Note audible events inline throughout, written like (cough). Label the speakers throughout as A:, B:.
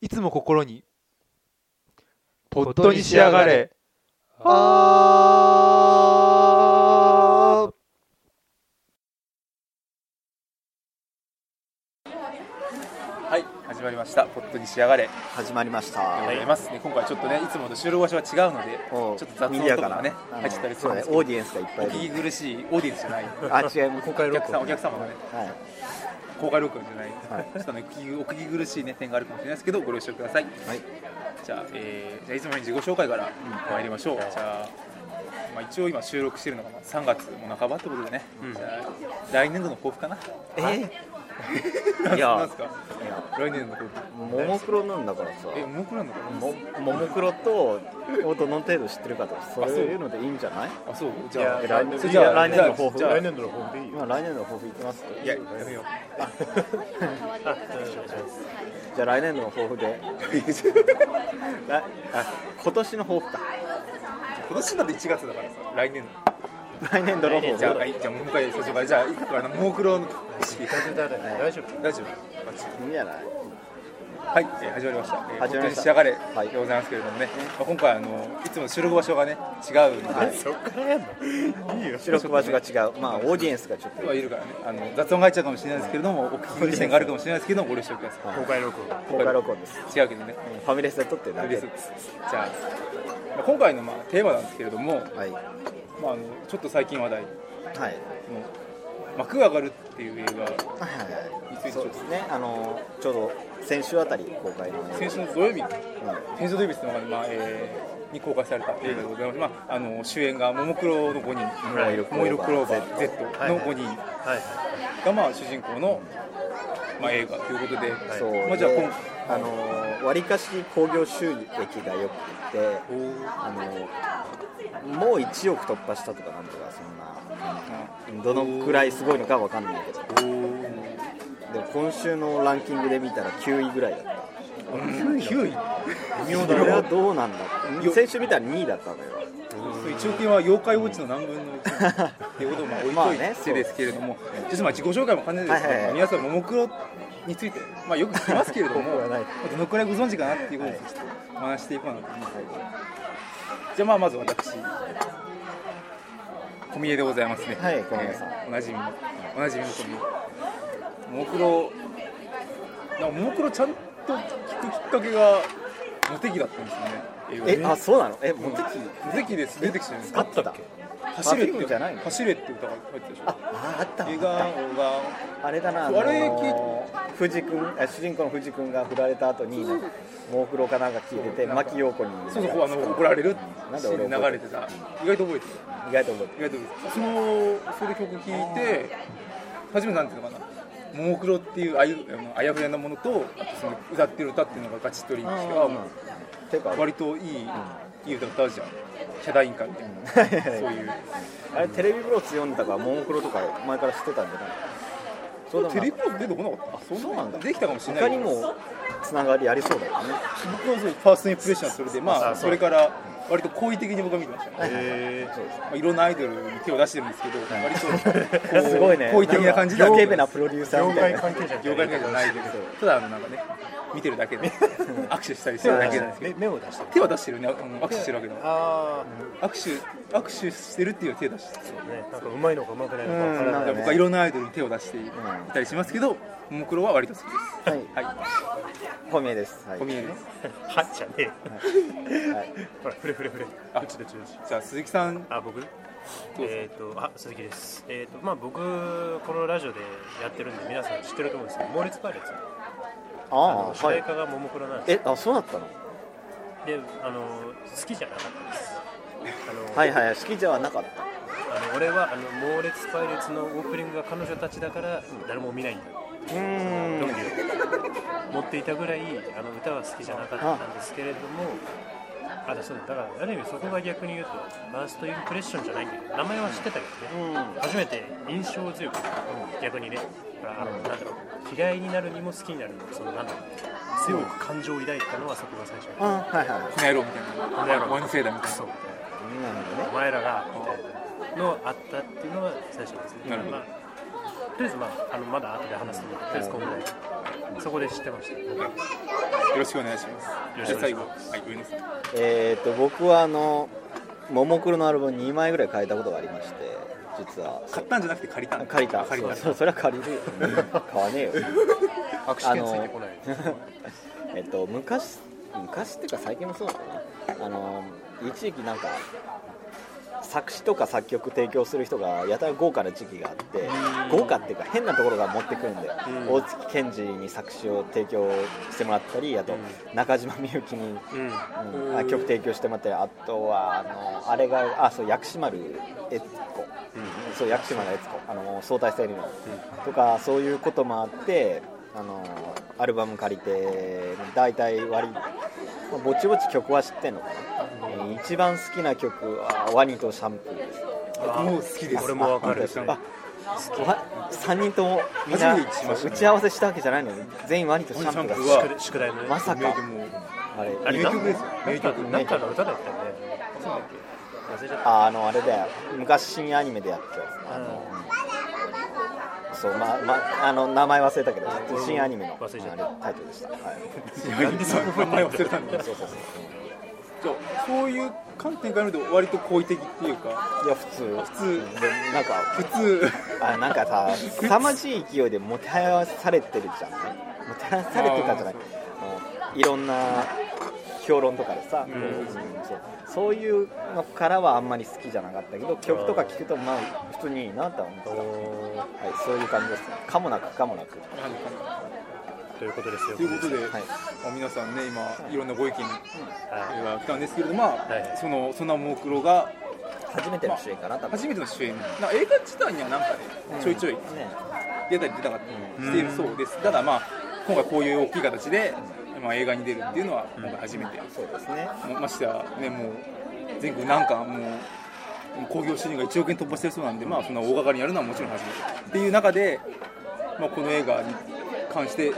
A: いつも心にポットに仕上がれあー
B: はい始まりましたポットに仕上がれで
C: 始まりました。
B: ございます、ね今回ちょっとねいつもと収録場所は違うのでち
C: お
B: ょ
C: う
B: っと雑音とかがね入っちゃったりす
C: そ
B: る
C: うんね
B: で、すけど
C: オーディエンスがいっぱい
B: お
C: い
B: 聞き苦しいオーディエンスじゃない
C: る。あ、違います。
B: お客さんお客様がね
C: はい。
B: 公開録音じゃない、
C: はい
B: ちょっとねお聞きお聞き苦しい、ね、点があるかもしれないですけどご了承ください
C: はい。
B: じゃあ,、えーじゃあいつものように自己紹介から参りましょう、じゃあ、まあ、一応今収録してるのがまあ3月も半ばってことでね、じゃあ来年度の抱負かな
C: え
B: い
C: や
B: なんすか
C: (laughs) ー、いや、
B: 来年度の抱負
C: ももクロなんだからさ。
B: えもう来るのかな
C: も、ももクロと、をどの程度知ってるかとか、そういうのでいいんじゃない。
B: あそうじゃあ
C: いや来年
B: それじゃあ
C: いや来年の抱負
B: じゃあ
D: 来年度の本でいいよ
C: 今来年の抱負いきます。
B: いややめよ
C: じゃあ来年の抱負で。来あ、今年の抱負か。
B: う (laughs) 今年だって1月だからさ来年
C: 来年度の抱負。
B: じゃあはいじゃあもう一回最初からじゃあ一個あのモークロの
D: 大丈夫
B: 大丈夫
C: いいんじゃない。
B: はい、えー始まりました。えー、本
C: 始
B: 当
C: まり
B: に
C: ました
B: 仕上がれで
C: はい
B: ございますけれどもね、まあ今回あのいつもの収録場所がね違うので、
C: はい
D: そっからやんのいいよ
C: 収録場所が違う。まあ、オーディエンスがちょっと
B: 人。はいるからね、あの雑音が入っちゃうかもしれないですけれども、お聞き苦しい点があるかもしれないですけども、ご了承くださ
D: 公開録音
C: 公開録音です。
B: い。違うけどね。
C: ファミレスで撮ってるだけ
B: 嬉しいですじゃあまあ今回のまあテーマなんですけれども、
C: はい。
B: まああのちょっと最近話題の
C: はい。
B: 幕が上がるっていう映画、
C: はいはいはい、そうですね、あのちょうど先週あたり公開の映画
B: 先週の土曜日、
C: う
B: 天井デイビスの中でまあ。えーに公開された映画でございます。まああの主演がももクロの5人、
C: ももいろクローバー
B: ももいろクローバー Z
D: はい
B: の5人。
D: はいは
B: がまあ主人公の、まあ、映画ということで、
C: んそう
B: まあ、じゃあ
C: で
B: 今、
C: あの割かし興行収益がよくて、あのもう1億突破したとかなんとか、そんな、どのくらいすごいのかわかんないけど、でも今週のランキングで見たら9位ぐらいだった。
B: 9位
C: それはどうなんだって先週見たら2位だったのよ
B: 1億円は妖怪ウォッチの何分の1っていうことをまあ置い
C: ま
B: と
C: あ
B: い
C: ね
B: てですけれども、ちょっとまあ自己紹介も兼ねてですね、
C: はいはいはい
B: 皆さんももクロについて、まあ、よく聞きますけれども
C: 僕はない
B: どのくらいご存知かなっていうことをちょっとお話ししていこうかなと思います、じゃあまあまず私小宮でございますね
C: はい小宮さん
B: えーおなじみのおなじみの小宮ももクロなんかももクロちゃんと聞くきっかけがモテ期だったんですよね映画で
C: えあそうなのえモテキ
B: モテ期です出てきてるんです
C: あったっけ
B: 走れっ
C: バズ
B: て
C: るんじゃないの
B: 走れって歌が入ってたでしょ
C: あああったわ
B: 映画が
C: あれだな、あ
B: そう
C: の
B: あれ
C: ー、藤君あ主人公の藤君が振られた後になんかモークロかなんか聞いてて牧陽子に
B: そうそうあの怒られる
C: なん
B: シー
C: で俺
B: ンで流れてた意外と覚えて
C: 意外と覚えて
B: た意外と覚えてたそのそれで曲聴いて初めてなんていうのかなももクロっていうあゆあのあやふやなものとあとその歌ってる歌っていうのがガチッとリンクしてあもう
C: るていうか
B: 割といい、いい歌歌うじゃんヒャダインかみたいな
C: はい (laughs) はい
B: そういう
C: あれテレビブロス読んだからモークロとか前から知ってたんじゃないそうでも
B: テ
C: な
B: レ
C: い
B: ビも出てこなかった
C: そうなんだ
B: できたかもしれない
C: 他にもつながりありそうだよね
B: 僕のそうファーストインプレッションはそれでまあ
D: あ
B: それから割と好意的に僕は見てましたね
D: いへ
C: そうです
B: まあ、いろんなアイドルに手を出してるんですけど、割とこう
C: (laughs) すごいね
B: 好意的な感じで
C: な
B: は
C: んか
B: 見
C: イ
B: て
C: ケ
B: ま
C: な
B: す
C: プロデュー
D: ー
C: サー
D: 業
C: みた
D: 界
C: いな
D: 関係者
B: 業界だけじゃないけどただあのなんかね見てるだけで握手したりするだけなんですけど
D: メメモ出して
B: 手は出してるよねあの握手してるわけだから
D: あ
B: 握手握手してるっていうのは手出して
D: あ、ね、なんかうまいのかうまくないのかわから
C: うん
D: な
C: ないんか
B: 僕はいろんなアイドルに手を出してい
C: ん
B: たりしますけどももクロは割と好きです
C: はい
B: はい
C: 小宮ですはい
B: 小宮です
D: はっじゃねえよ
C: はい
D: ほら、ふれふれふれ
B: あ
D: どっちどっちどっち
B: じゃあ鈴木さん
D: あ、僕
B: どうぞ
D: えっ、と、あ、鈴木ですえっ、と、まあ僕、このラジオでやってるんで皆さん知ってると思うんですけど猛烈パイレーツ
C: あ
D: あ
C: あ
D: の主
C: は
D: 題
C: い
D: 歌がももクロなんですよ
C: えあそうだったの
D: で、あの好きじゃなかったですあの、
C: はいはい好きじゃなかった
D: あの俺はあの猛烈パイレーツのオープニングが彼女たちだから誰も見ないんだ
C: うーん
D: 論理を持っていたぐらいあの歌は好きじゃなかったんですけれどもあだそうだだからある意味そこが逆に言うとファーストインプレッションじゃないんだけど名前は知ってたけどね、
C: うん
D: 初めて印象強く逆にねほらあのなんだろう嫌いになるにも好きになるにもそのなんだろう強く感情を抱いたのはそこが最初
C: あはいはい
B: この野郎みたいな
D: なるほど
B: お前のせいだみたいな
D: そうみたいな
C: なるほどね
D: お前らがみたいなのあったっていうのは最初ですね
B: なるほど
D: まあ、とりあえず、まあ、あのまだ後で話すと思うのでとりあえず今回そこで知ってました
B: というろしくお願いします。
D: ろ
B: じ
D: し
B: ゃあ
D: くお願
B: 最
D: いし
B: 後、
D: ま
B: はい、上野さん。
C: えー、と僕はあのももクロのアルバム2枚ぐらい変えたことがありまして実は
B: 買ったんじゃなくて借りたんだ
C: 借りた
B: 借りた。
C: そうそれは借りるよ買わねえよ
A: 握手券ついてこない。
C: えっと昔昔っていうか最近もそうだったなあの一時期なんか作詞とか作曲提供する人がやたら豪華な時期があって豪華っていうか変なところが持ってくるんで大月健二に作詞を提供してもらったりあと中島みゆきに、
D: うん
C: うんあ曲提供してもらったりあとはあのあれがあそう薬師丸悦子、そう薬師丸悦子あの相対性理論、とかそういうこともあってあのアルバム借りて大体割り、まあぼちぼち曲は知ってんのかな、一番好きな曲は「ワニとシャンプー」です
B: もう好きです。
D: 俺もわかる
B: あ
C: あわ3人ともみんな
B: 初めて知りました
C: 打ち合わせしたわけじゃないのに全員ワニとシャンプ
B: ワニシャ
C: ーだ
B: ンプーは
D: 宿宿題のね
C: まさ
B: 名
C: か
B: 曲も
C: あれ
D: あれ
B: 名曲ですよ
D: なんかなんかの歌だったよね忘れちゃった
C: ああのあれだよ昔新アニメでやってたやつあの、そうまあまああの名前忘れたけど新アニメの
D: 忘れちゃっ
C: あ
D: た
C: れタイトルでしたはい
B: なんでそこ名前忘れたんだよ。
C: そうそうそう
B: そうそういう観点から見ると割と好意的っていうか、
C: いや普通普
B: 普通
C: なんか
B: 普通。
C: あなんかさ凄まじい勢いでもてはやされてるじゃんねもてはやされてたじゃな
B: あ
C: いもういろんな評論とかでさ、こううんそうそういうのからはあんまり好きじゃなかったけど曲とか聴くとまあ普通にいいなとは思ってた、
D: お
C: はい、そういう感じですねかもなくかもなく
D: ーということですよ
B: ということで、
C: はい
B: まあ皆さんね今いろんなご意見
D: はい
B: が来たんですけれども、まあ
D: はい
B: そのそんなももクロが
C: 初めての主演かな、多分
B: 初めての主演、な映画自体にはなんかねちょいちょい
C: ね、
B: 出たり出なかったりしているそうです。ただまあ今回こういう大きい形で、まあ映画に出るっていうのは今回初めて。
C: そうですね、
B: もうましてやねもう全国なんかもう興行収入が1億円突破してるそうなんで、まあ、そんな大掛かりにやるのはもちろん初めてっていう中で、まあ、この映画に関して、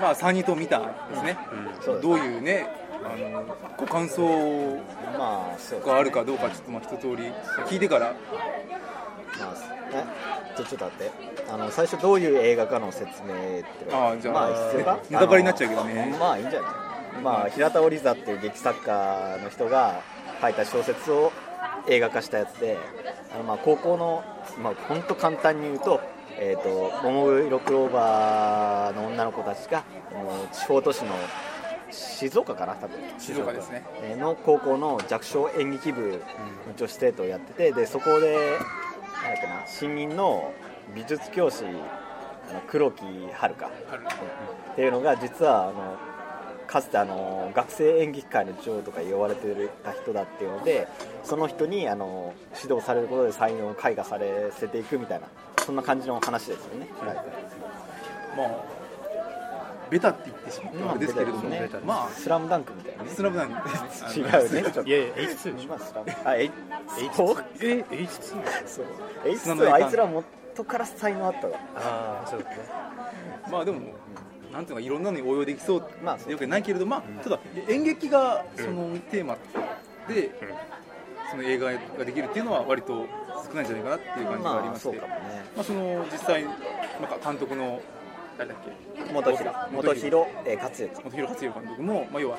B: まあ、3人とも見たんですね、
C: そうです
B: どういうねあのご感想
C: まあ、そうか、
B: があるかどうかちょっとまあ一通り聞いてから
C: まあ、えちょちょっと待って、あの最初、どういう映画かの説明っていうか
B: あーじゃあ
C: まあ、必要か、
B: ネタバレになっちゃうけどね
C: あのまあ、いいんじゃない、まあ、平田織座っていう劇作家の人が書いた小説を映画化したやつで、あのまあ高校の、まあ、本当簡単に言うと、えー、と桃色クローバーの女の子たちが、もう地方都市の静岡かな、多分
B: 静岡ですね
C: えーの高校の弱小演劇部の女子生徒をやっててでそこでなんだっけな新任の美術教師あの黒木遥かっていうのが実はあのかつてあの学生演劇界の女王とか言われてた人だっていうのでその人にあの指導されることで才能を開花されせていくみたいなそんな感じの話ですよね。大体
B: まあベタって言ってしまったあれですけれども、
C: まあベタですね
B: まあ
C: スラムダンクみたいなね。
B: スラムダンク
C: (laughs) 違うね。ちょっと
D: いやいや H2 でしょ
C: まあスラムあ、え、そう
D: え H2
C: そう
B: 砂
C: H2
B: の
C: は
B: 栄冠
C: あいつら元から才能あったわ
D: ああそうだね
B: まあでも、なんていうのか、いろんなのに応用できそう
C: まあそう
B: よくないけれど、まあ、ただ、演劇がそのテーマで、その映画ができるっていうのは、割と少ないんじゃないかなっていう感じがあり
C: ま
B: まし
C: あ
B: て、
C: そう
B: ま
C: かも
B: あ
C: ね
B: その実際、なんか監督の、誰だっけ、
C: 元広元広えー勝之
B: 本広克弘監督も、まあ、要は、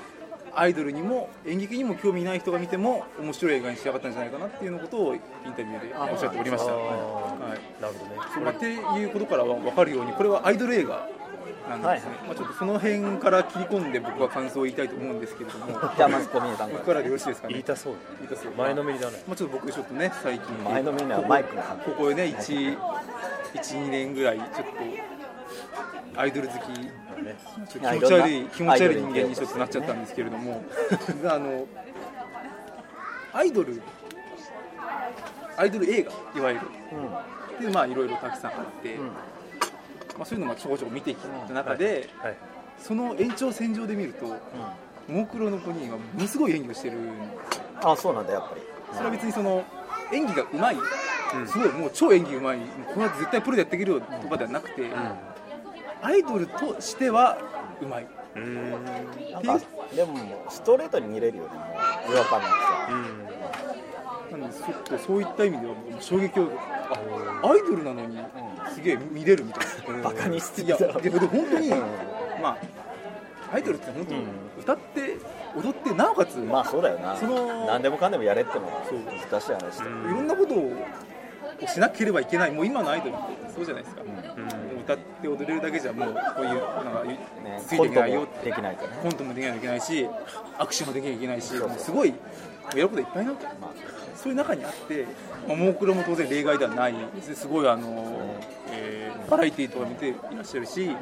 B: アイドルにも演劇にも興味ない人が見ても、面白い映画に仕上がったんじゃないかなっていうようなことをインタビューでおっしゃっておりました。
D: あー
B: はい
D: なるほどね
B: そうまあ、っていうことからは分かるようにこれはアイドル映画なんですね、まあ、ちょっとその辺から切り込んで僕は感想を言いたいと思うんですけれども
C: じゃあまず小峰さん
B: 僕
C: か
B: から
C: ら
B: でよろしいですかね
D: 言いたそう
B: 言いたそう
D: 前のめりだね
B: まあ、ちょっと僕ちょっとね最近
C: 前のめりならマイクが反応
B: ここここね12年ぐらいちょっとアイドル好き
D: だね
B: ちょっと気持ち悪い気持ち悪い人間にちょっとなっちゃったんですけれどもあのアイドルアイドル映画いわゆるでまあいろいろたくさんあって、
C: うん
B: まあ、そういうのをちょこちょこ見てきた中で、
D: はい
B: その延長線上で見ると、ももクロの子人はものすごい演技をしてるんですよ
C: あそうなんだやっぱり
B: それは別にその演技がうまい、すごいもう超演技うまいもうこの後絶対プロでやっていけるよとかではなくて、アイドルとしてはうまい
C: なんかでもストレートに見れるよねもう違和感なくさ
B: なんでちょっとそういった意味ではもう衝撃をあアイドルなのに (laughs) すげえ見れるみたいな
C: バカにしす
B: い
C: ぎ
B: や
C: だ
B: で
C: ろ
B: も本当に、
C: うん
B: まあアイドルって本当に歌って踊ってなおかつ、
C: まあそうだよな
B: その
C: 何でもかんでもやれっても
B: そう
C: 難しい話だ
D: う
C: よ
D: ん
B: いろんなことをしなければいけないもう今のアイドルってそうじゃないですか、もう歌って踊れるだけじゃもうこういうなんか
C: ね
B: つい
C: コ
B: てい
C: ン
B: け
C: ト
B: ないよ
C: も
B: って
C: できないとね
B: コントもできないといけないし握手もできないといけないし
C: そうそう
B: もうすごいやることいっぱいな
C: まあ
B: そういう中にあって、まあ、ももクロも当然例外ではないですごいあの、えーバラエティーとか見ていらっしゃるし、ま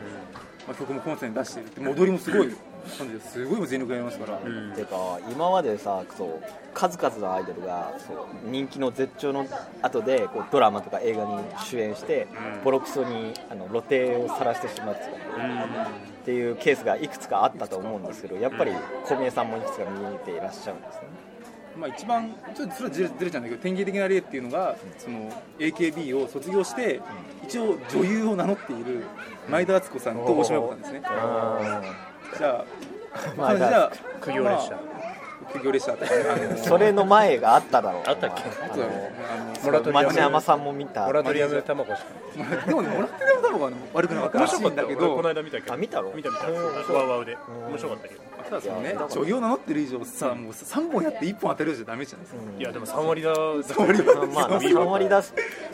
B: あ、曲もコンセントに出してるってもう踊りもすごい彼女すごい全力でやりますから、
D: うん
C: てか今までさそう数々のアイドルがそう人気の絶頂の後でこうドラマとか映画に主演して、ボロクソにあの露呈を晒してしまうっていうっていうケースがいくつかあったと思うんですけどやっぱり小宮さんもいくつか見えていらっしゃるんですね
B: まあ、一番ちょっとそれはずれずれちゃうんだけど典型的な例っていうのがその AKB を卒業して一応女優を名乗っている前田敦子さんと大島優子さんですねじゃあ
C: 前田
B: じゃあ
D: 苦行列車
B: まあ苦行列車っていうかあの
C: (laughs) それの前があっただろう
E: あったっけ
C: あ
B: そうだね
C: の
E: モ
B: あの
E: ラトリアム
C: 町山さんも見た
E: モラトリアム卵しか
B: (laughs) でもね、もらってたのが悪くなかったらしいんだけ
E: 俺こ
B: ど
E: の、間見たけど
C: あ見たろ
D: 見た見たワウワウで面白かったけど
B: ただそのね、女優を名乗ってる以上さ、もう3本やって1本当てるじゃダメじゃないですか。
D: いやでも3割だ
C: まあ3割出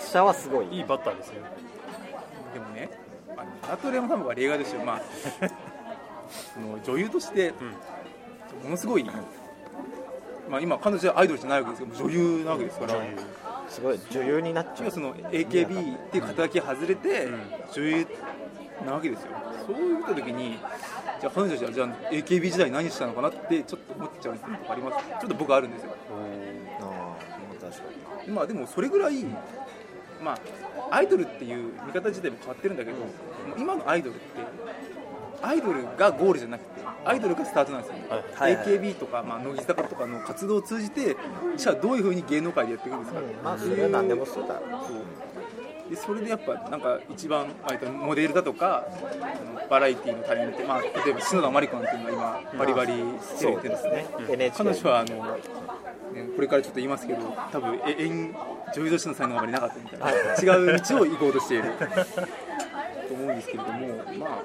C: 者はすごい
D: いいバッターですよ
B: でもね、あのラトレも卵は例外ですよ。まあ、 (laughs) その女優として、ものすごい、まあ今彼女はアイドルじゃないわけですけど、女優なわけですから。
C: すごい女優になっちゃ
B: 今
C: う
B: その AKB っていう肩書き外れて女優なわけですよそういうこと時にじゃあ彼女たちはじゃあ AKB 時代何してたのかなってちょっと思っちゃうとこありますちょっと僕あるんですよ
C: あー確かに
B: まあでもそれぐらいまあアイドルっていう見方自体も変わってるんだけど、もう今のアイドルってアイドルがゴールじゃなくてアイドルがスタートなんですよ、
C: はいはい
B: AKB とか、まあ、乃木坂とかの活動を通じてじゃあどういうふうに芸能界でやっていくんですか、
C: まあそれは何でもそうだろう
B: そうでそれでやっぱなんか一番あえてモデルだとかあのバラエティのタレント、まあ、例えば篠田麻里子なんていうのが今バリバリテレビ
C: そ
B: 出
C: う
B: て
C: で
B: るんですすね
C: ね NHK
B: 彼女はあの、ねこれからちょっと言いますけど多分え演女優としての才能があまりなかったみたいな違う道を行こうとしていると思うんですけれどもまあ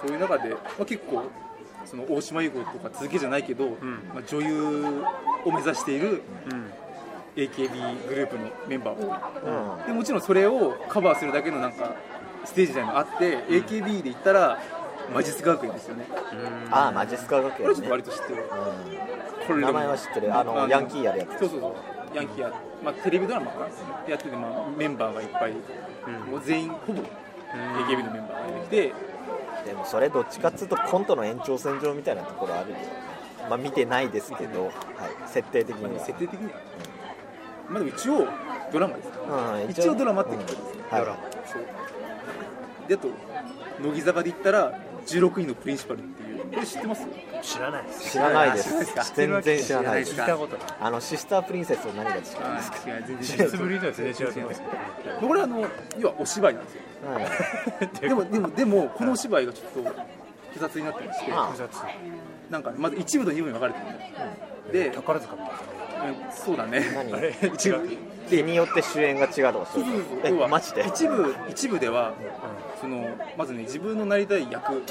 B: そういう中で、まあ、結構その大島優子とか続けじゃないけど、まあ、女優を目指している AKB グループのメンバーをでもちろんそれをカバーするだけのなんかステージみたいなのがあって、AKB で言ったら魔術学園ですよね
C: ああマジスカ学
B: これ
C: 園
B: ちょっ
C: ね
B: と割と知ってる、これでも
C: 名前は知ってるあのヤンキーやるやつ
B: そうそうそうヤンキーや、まあ、テレビドラマかなやってて、まあ、メンバーがいっぱい、もう全員ほぼ AKB のメンバーが出てきて、
C: でもそれどっちかっつうとコントの延長線上みたいなところあるよねまあ見てないですけど、はい、設定的
B: まあ
C: に
B: ね
C: は
B: 設定的には、まあ、でも一応ドラマですから
C: うん
B: 一応ドラマってことですね
C: うんはい
B: そうであと乃木坂で言ったら16位のプリンシパルっていうこれ知ってます
D: 知らないです
C: 知らないで
B: 知らないですか
C: す全然知らないで
B: 知
C: す
B: ら
D: 聞いたことない
C: あのシスタープリンセスの何が違うんですか、
B: あ違う全
D: 実
B: 然
D: 物ぶりとは全然違うと
B: (laughs)
D: 思います
B: これはあの要はお芝居なん
C: (laughs)
B: ですよ
C: はい
B: でもでもでもこのお芝居がちょっと複雑になってまして
C: あ
D: 複雑
B: なんかまず一部と二部に分かれてるんだよで
D: 宝塚みたい
B: うんそうだね
C: 何
D: あれ
B: (laughs) 一部
D: 違
C: 日によって主演が違うとかそ
B: そううそう
C: いう
B: そう要
C: え
B: は
C: マジで
B: 一部一部ではそのまずね自分のなりたい役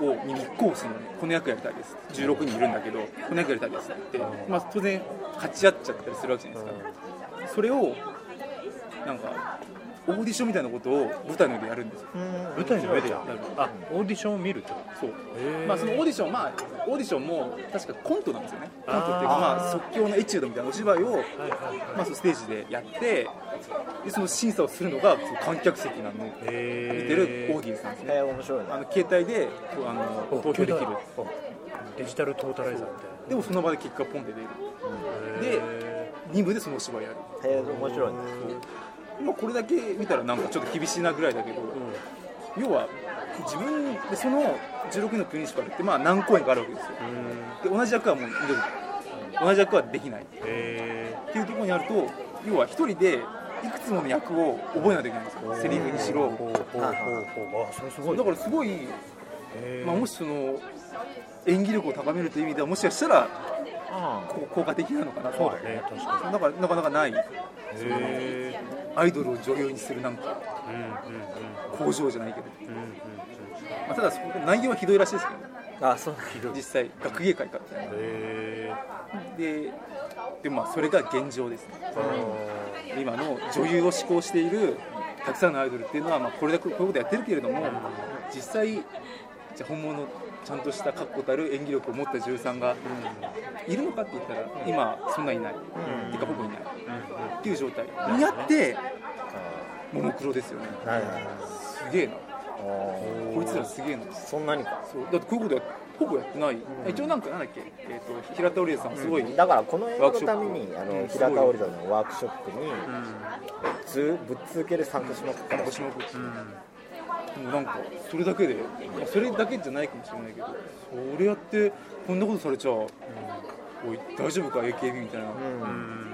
B: をに立候補するのねこの役やりたいです16人いるんだけどこの役やりたいですって言って、まあ、当然勝ち合っちゃったりするわけじゃないですか、それをなんかオーディションみたいなことを舞台の上でやるんですよ
D: な舞台の上でや
B: やる
D: あオーディションを見るってこ
B: そう
D: へー
B: まあそのオーディションまあオーディションも確かコントなんですよねコントっていうか
D: あー
B: まあ即興のエチュードみたいなお芝居を
D: とはいはいはい
B: まあそのステージでやってでその審査をするのがその観客席なの見て
D: へー
B: るオーディエンスなんですね
C: えー面白い
B: あ
C: な
B: の携帯でこうあの投票できる
D: デジタルトータライザーみたいな
B: でもその場で結果ポンで出るで2部でそのお芝居やる
C: えー面白いな
B: まあこれだけ見たらなんかちょっと厳しいなぐらいだけど、要は自分でその16のプリンシパルってまあ何公演かあるわけですよで同じ役はもう二度と同じ役はできないっ
D: へ
B: ていうところにあると要は一人でいくつもの役を覚えないといけないんですよセリフにしろ
D: ほうほうほうほうあそれすごい
B: だからすごい、まあ、もしその演技力を高めるという意味ではもしかしたらこう効果的なのかなと
D: そうだね確か
B: だからなかなかない
D: にへ
B: アイドルを女優にするなんか
D: えうんうんうん
B: 工場じゃないけど
D: うんうんうん
B: まあ、ただそこ内容はひどいらしいですけどね
C: あそうなんだ
D: ひどい
B: 実際学芸会から
D: へ
B: ででもまあそれが現状ですね
D: ーあ
B: 今の女優を志向しているたくさんのアイドルっていうのは、まあ、これだけこういうことやってるけれども実際じゃあ本物ちゃんとした確固たる演技力を持った女優さんがいるのかって言ったら今そんないない、てかほぼいない、っていう状態にあってももクロですよね
C: はいはいはい
B: すげえな
C: お
B: こいつらすげえな
C: ーそんなにか
B: そうだってこういうことやほぼやってない、一応なんかなんだっけ、えー、と平田織江さんすごい、
C: だからこの映画のため
B: ワークショッ
C: に
B: プ
C: あ
B: う
C: の
B: ん
C: 平川織田のワークショップにつぶっ続けで参加しまくったらしい
B: 腰の動きもうなんかそれだけで、まあそれだけじゃないかもしれないけどそれやってこんなことされちゃう、おい大丈夫か AKB みたいな、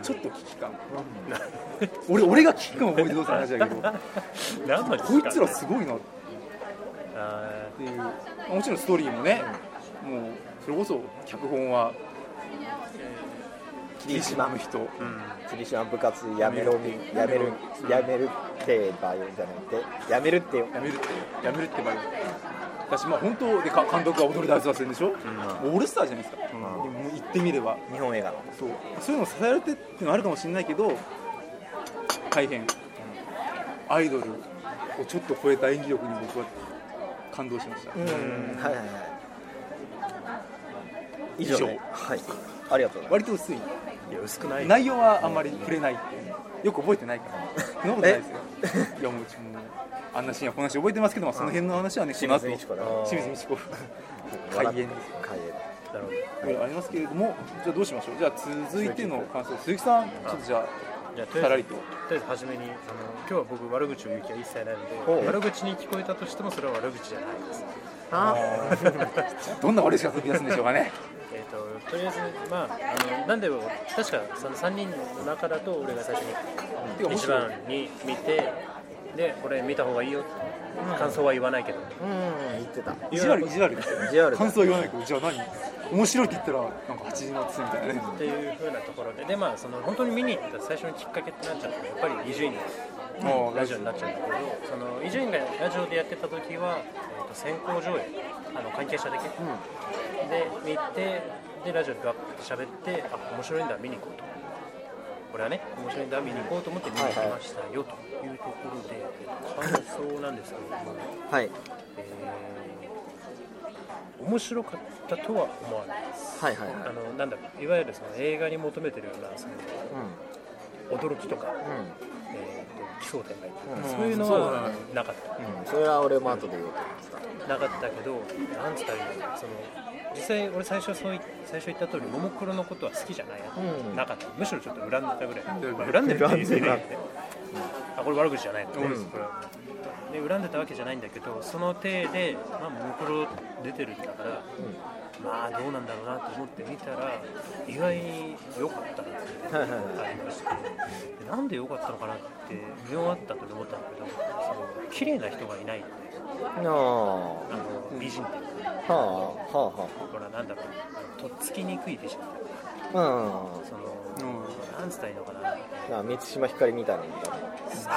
B: ちょっと危機感、俺俺が危機感を覚えてどうする話だけど
D: ー何の
B: こいつら
D: 時
B: すごいなっ
D: 間あ
B: ていうまあもちろんストーリーもね、もうそれこそ脚本は霧島の人、
D: ーうん
C: 霧島部活やめろみやめるやめるってばよじゃなくてやめるってよ
B: やめるってやめるってばよ私まあ本当でか監督が踊る大捜査線でしょ、もうオールスターじゃないですか、もう言ってみれば
C: 日本映画の
B: そうそういうのを支えられてっていうのはあるかもしれないけど大変アイドルをちょっと超えた演技力に僕は感動しました、
C: うんはいはいはい以
B: 上
C: 上はいありがとうござい
B: 割と薄い
D: いや薄くない
B: 内容はあんまり触れないっていうよく覚えてないからそんなことないですよいやもううちもあんなシーンやこんなシーン覚えてますけど、まあ、その辺の話はね
C: ます
B: この後
C: (laughs) 清水美
B: 清水美智
C: 智子だ
B: 子
C: ます
B: 開演です
C: 開演
D: なるほ
B: いろ
D: ど
B: いろありますけれどもじゃあどうしましょうじゃあ続いての感想鈴木さんちょっとじゃ
D: じゃあ
B: あ
D: とり
B: さ
D: あ
B: ら
D: え
B: り
D: ず
B: と
D: とりあえず初めにあの今日は僕悪口を言う気は一切ない
C: ほ
D: の
C: う
D: で悪口に聞こえたとしてもそれは悪口じゃないです
B: どんな悪いしか飛び出すんでしょうかね
D: えー、ととりあえず、まあ、あのなんでも確かその3人の中だと俺が最初
B: てか
D: に
B: む
D: 一
B: しろ
D: 番に見てでこれ見た方がいいよって感想は言わないけど
C: うん言ってた
B: 意地悪い意地悪ですよ
C: 意地悪だ
B: 感想言わないけどじゃあ何面白いって言ったらなんか八時のつみたいなね
D: っていう風なところでで、まあ、その本当に見に行った最初のきっかけってなっちゃうのがやっぱり伊集院
B: も
D: のラジオになっちゃうんだけどその伊集院がラジオでやってた時は、えー、と先行上映あの関係者だけ、で見てでラジオでガッと喋ってあ面白いんだ見に行こうとこれはね面白いんだ見に行こうと思って見に行きましたよというところで感想なんですけれども、
C: はい
D: えー面白かったとは思わないです
C: はいはいはい
D: あのなんだろういわゆるその映画に求めてるようなその驚きとか、
C: うんうん
D: えーと奇想天外とか、
C: う
D: そ
C: ん
D: ういうのはなかった、
C: うんそれは俺も後で言おうと思ってた
D: なかったけどなんつったらいいんだろうその実際俺最初そうい最初言った通りももクロのことは好きじゃないな,、
C: うん
D: なかったむしろちょっと恨んでたぐらい、
B: ん
D: まあ恨んでるって言う人いないよね
C: 恨ん、
D: あこれ悪口じゃないの、
B: うん
D: これはで恨んでたわけじゃないんだけどその体で、まあ、ももクロ出てるんだから、まあどうなんだろうなと思って見たら意外に良かったなっていうの
C: はいはい
D: がありましてでなんで良かったのかなって見終わったと思ったんだけどその綺麗な人がいないんで
C: はいなあ
D: あの美人っていうか
C: はあは
D: ほらなんだろうとっつきにくい美人
C: あはあうん
D: その、なんつったらいいのかな
C: なあ満島ひかりみたいなのみたい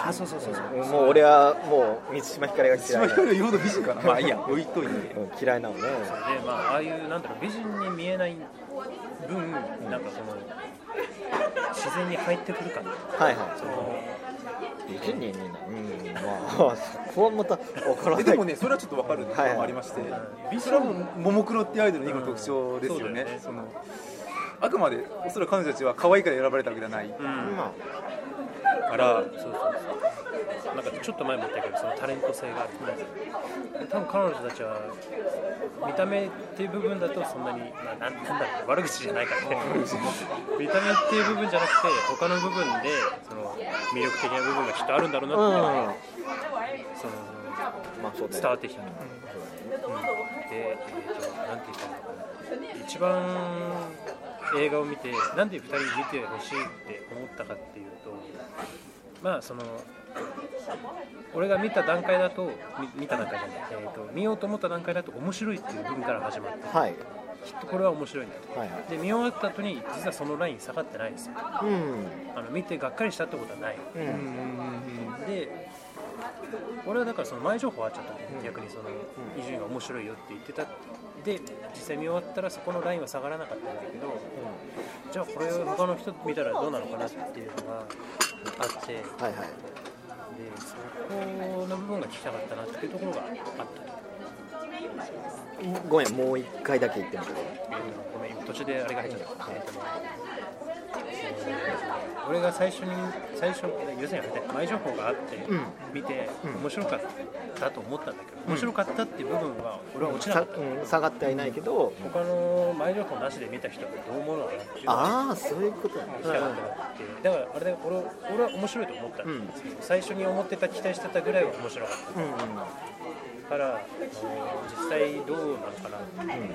D: あそうそうそうそう
C: なもう俺はもう満島ひかりが嫌い
B: 島
C: な
B: ひかりは言うほど美人かな
C: (laughs)
B: まあいいや置いといて
C: うん嫌いなのね
D: でまあああいうなんだろう美人に見えない分なんかその自然に入ってくる感
C: はいはい
D: その
C: 美人にみんなうんまあ (laughs) そこはまた分からな
B: え
C: い
B: でもねそれはちょっと分かるの
C: はいはい
B: もありまして
D: うん
B: それはもうももクロっていうアイドルの今の特徴ですよね
D: うん
B: そのあくまでおそらく彼女たちは可愛いから選ばれたわけじゃない
D: うん
C: ま
B: から
D: そうそうそうなんかちょっと前も言ったけどそのタレント性がある多分彼女たちは見た目っていう部分だとそんなに、まあ、なんなんだろう悪口じゃないからね見た目っていう部分じゃなくて他の部分でその魅力的な部分がきっとあるんだろうな
C: あ
D: っていうのが
C: う
D: その
C: んまあそうだ
D: 伝
C: ね
D: わってきた、で、えー、となんて言ったらいいのかな一番映画を見てなんで2人見てほしいって思ったかっていうとまあその俺が見た段階だとみ見た段階じゃない、えー、と見ようと思った段階だと面白いっていう部分から始まって
C: はい
D: きっとこれは面白いんだと
C: はいはい
D: で見終わった後に実はそのライン下がってないんですよ
C: うん
D: あの見てがっかりしたってことはない
C: うん
B: うん
D: で俺はだからその前情報あっちゃったんで、逆にその伊集院が面白いよって言ってたで実際見終わったらそこのラインは下がらなかったんだけど、じゃあこれを他の人見たらどうなのかなっていうのがあってで
C: はいはい
D: そこの部分が聞きたかったなっていうところがあった
C: ごめんもう一回だけ言ってみてください
D: ごめん今途中であれが入っちゃった、えっと俺が最初に最初要するにあれだ前情報があって、見て、面白かったと思ったんだけど、面白かったっていう部分は俺は落ちなか
C: さ
D: った、
C: うん、下がってはいないけど、
D: 他の前情報なしで見た人はどう思うのかなっていうのが
C: ああそういうことだ、
D: 聞きたかったなってだからあれだよ俺俺は面白いと思った、
C: ん
D: 最初に思ってた期待してたぐらいは面白かった
C: うんうん
D: からあの実際どうなのかなって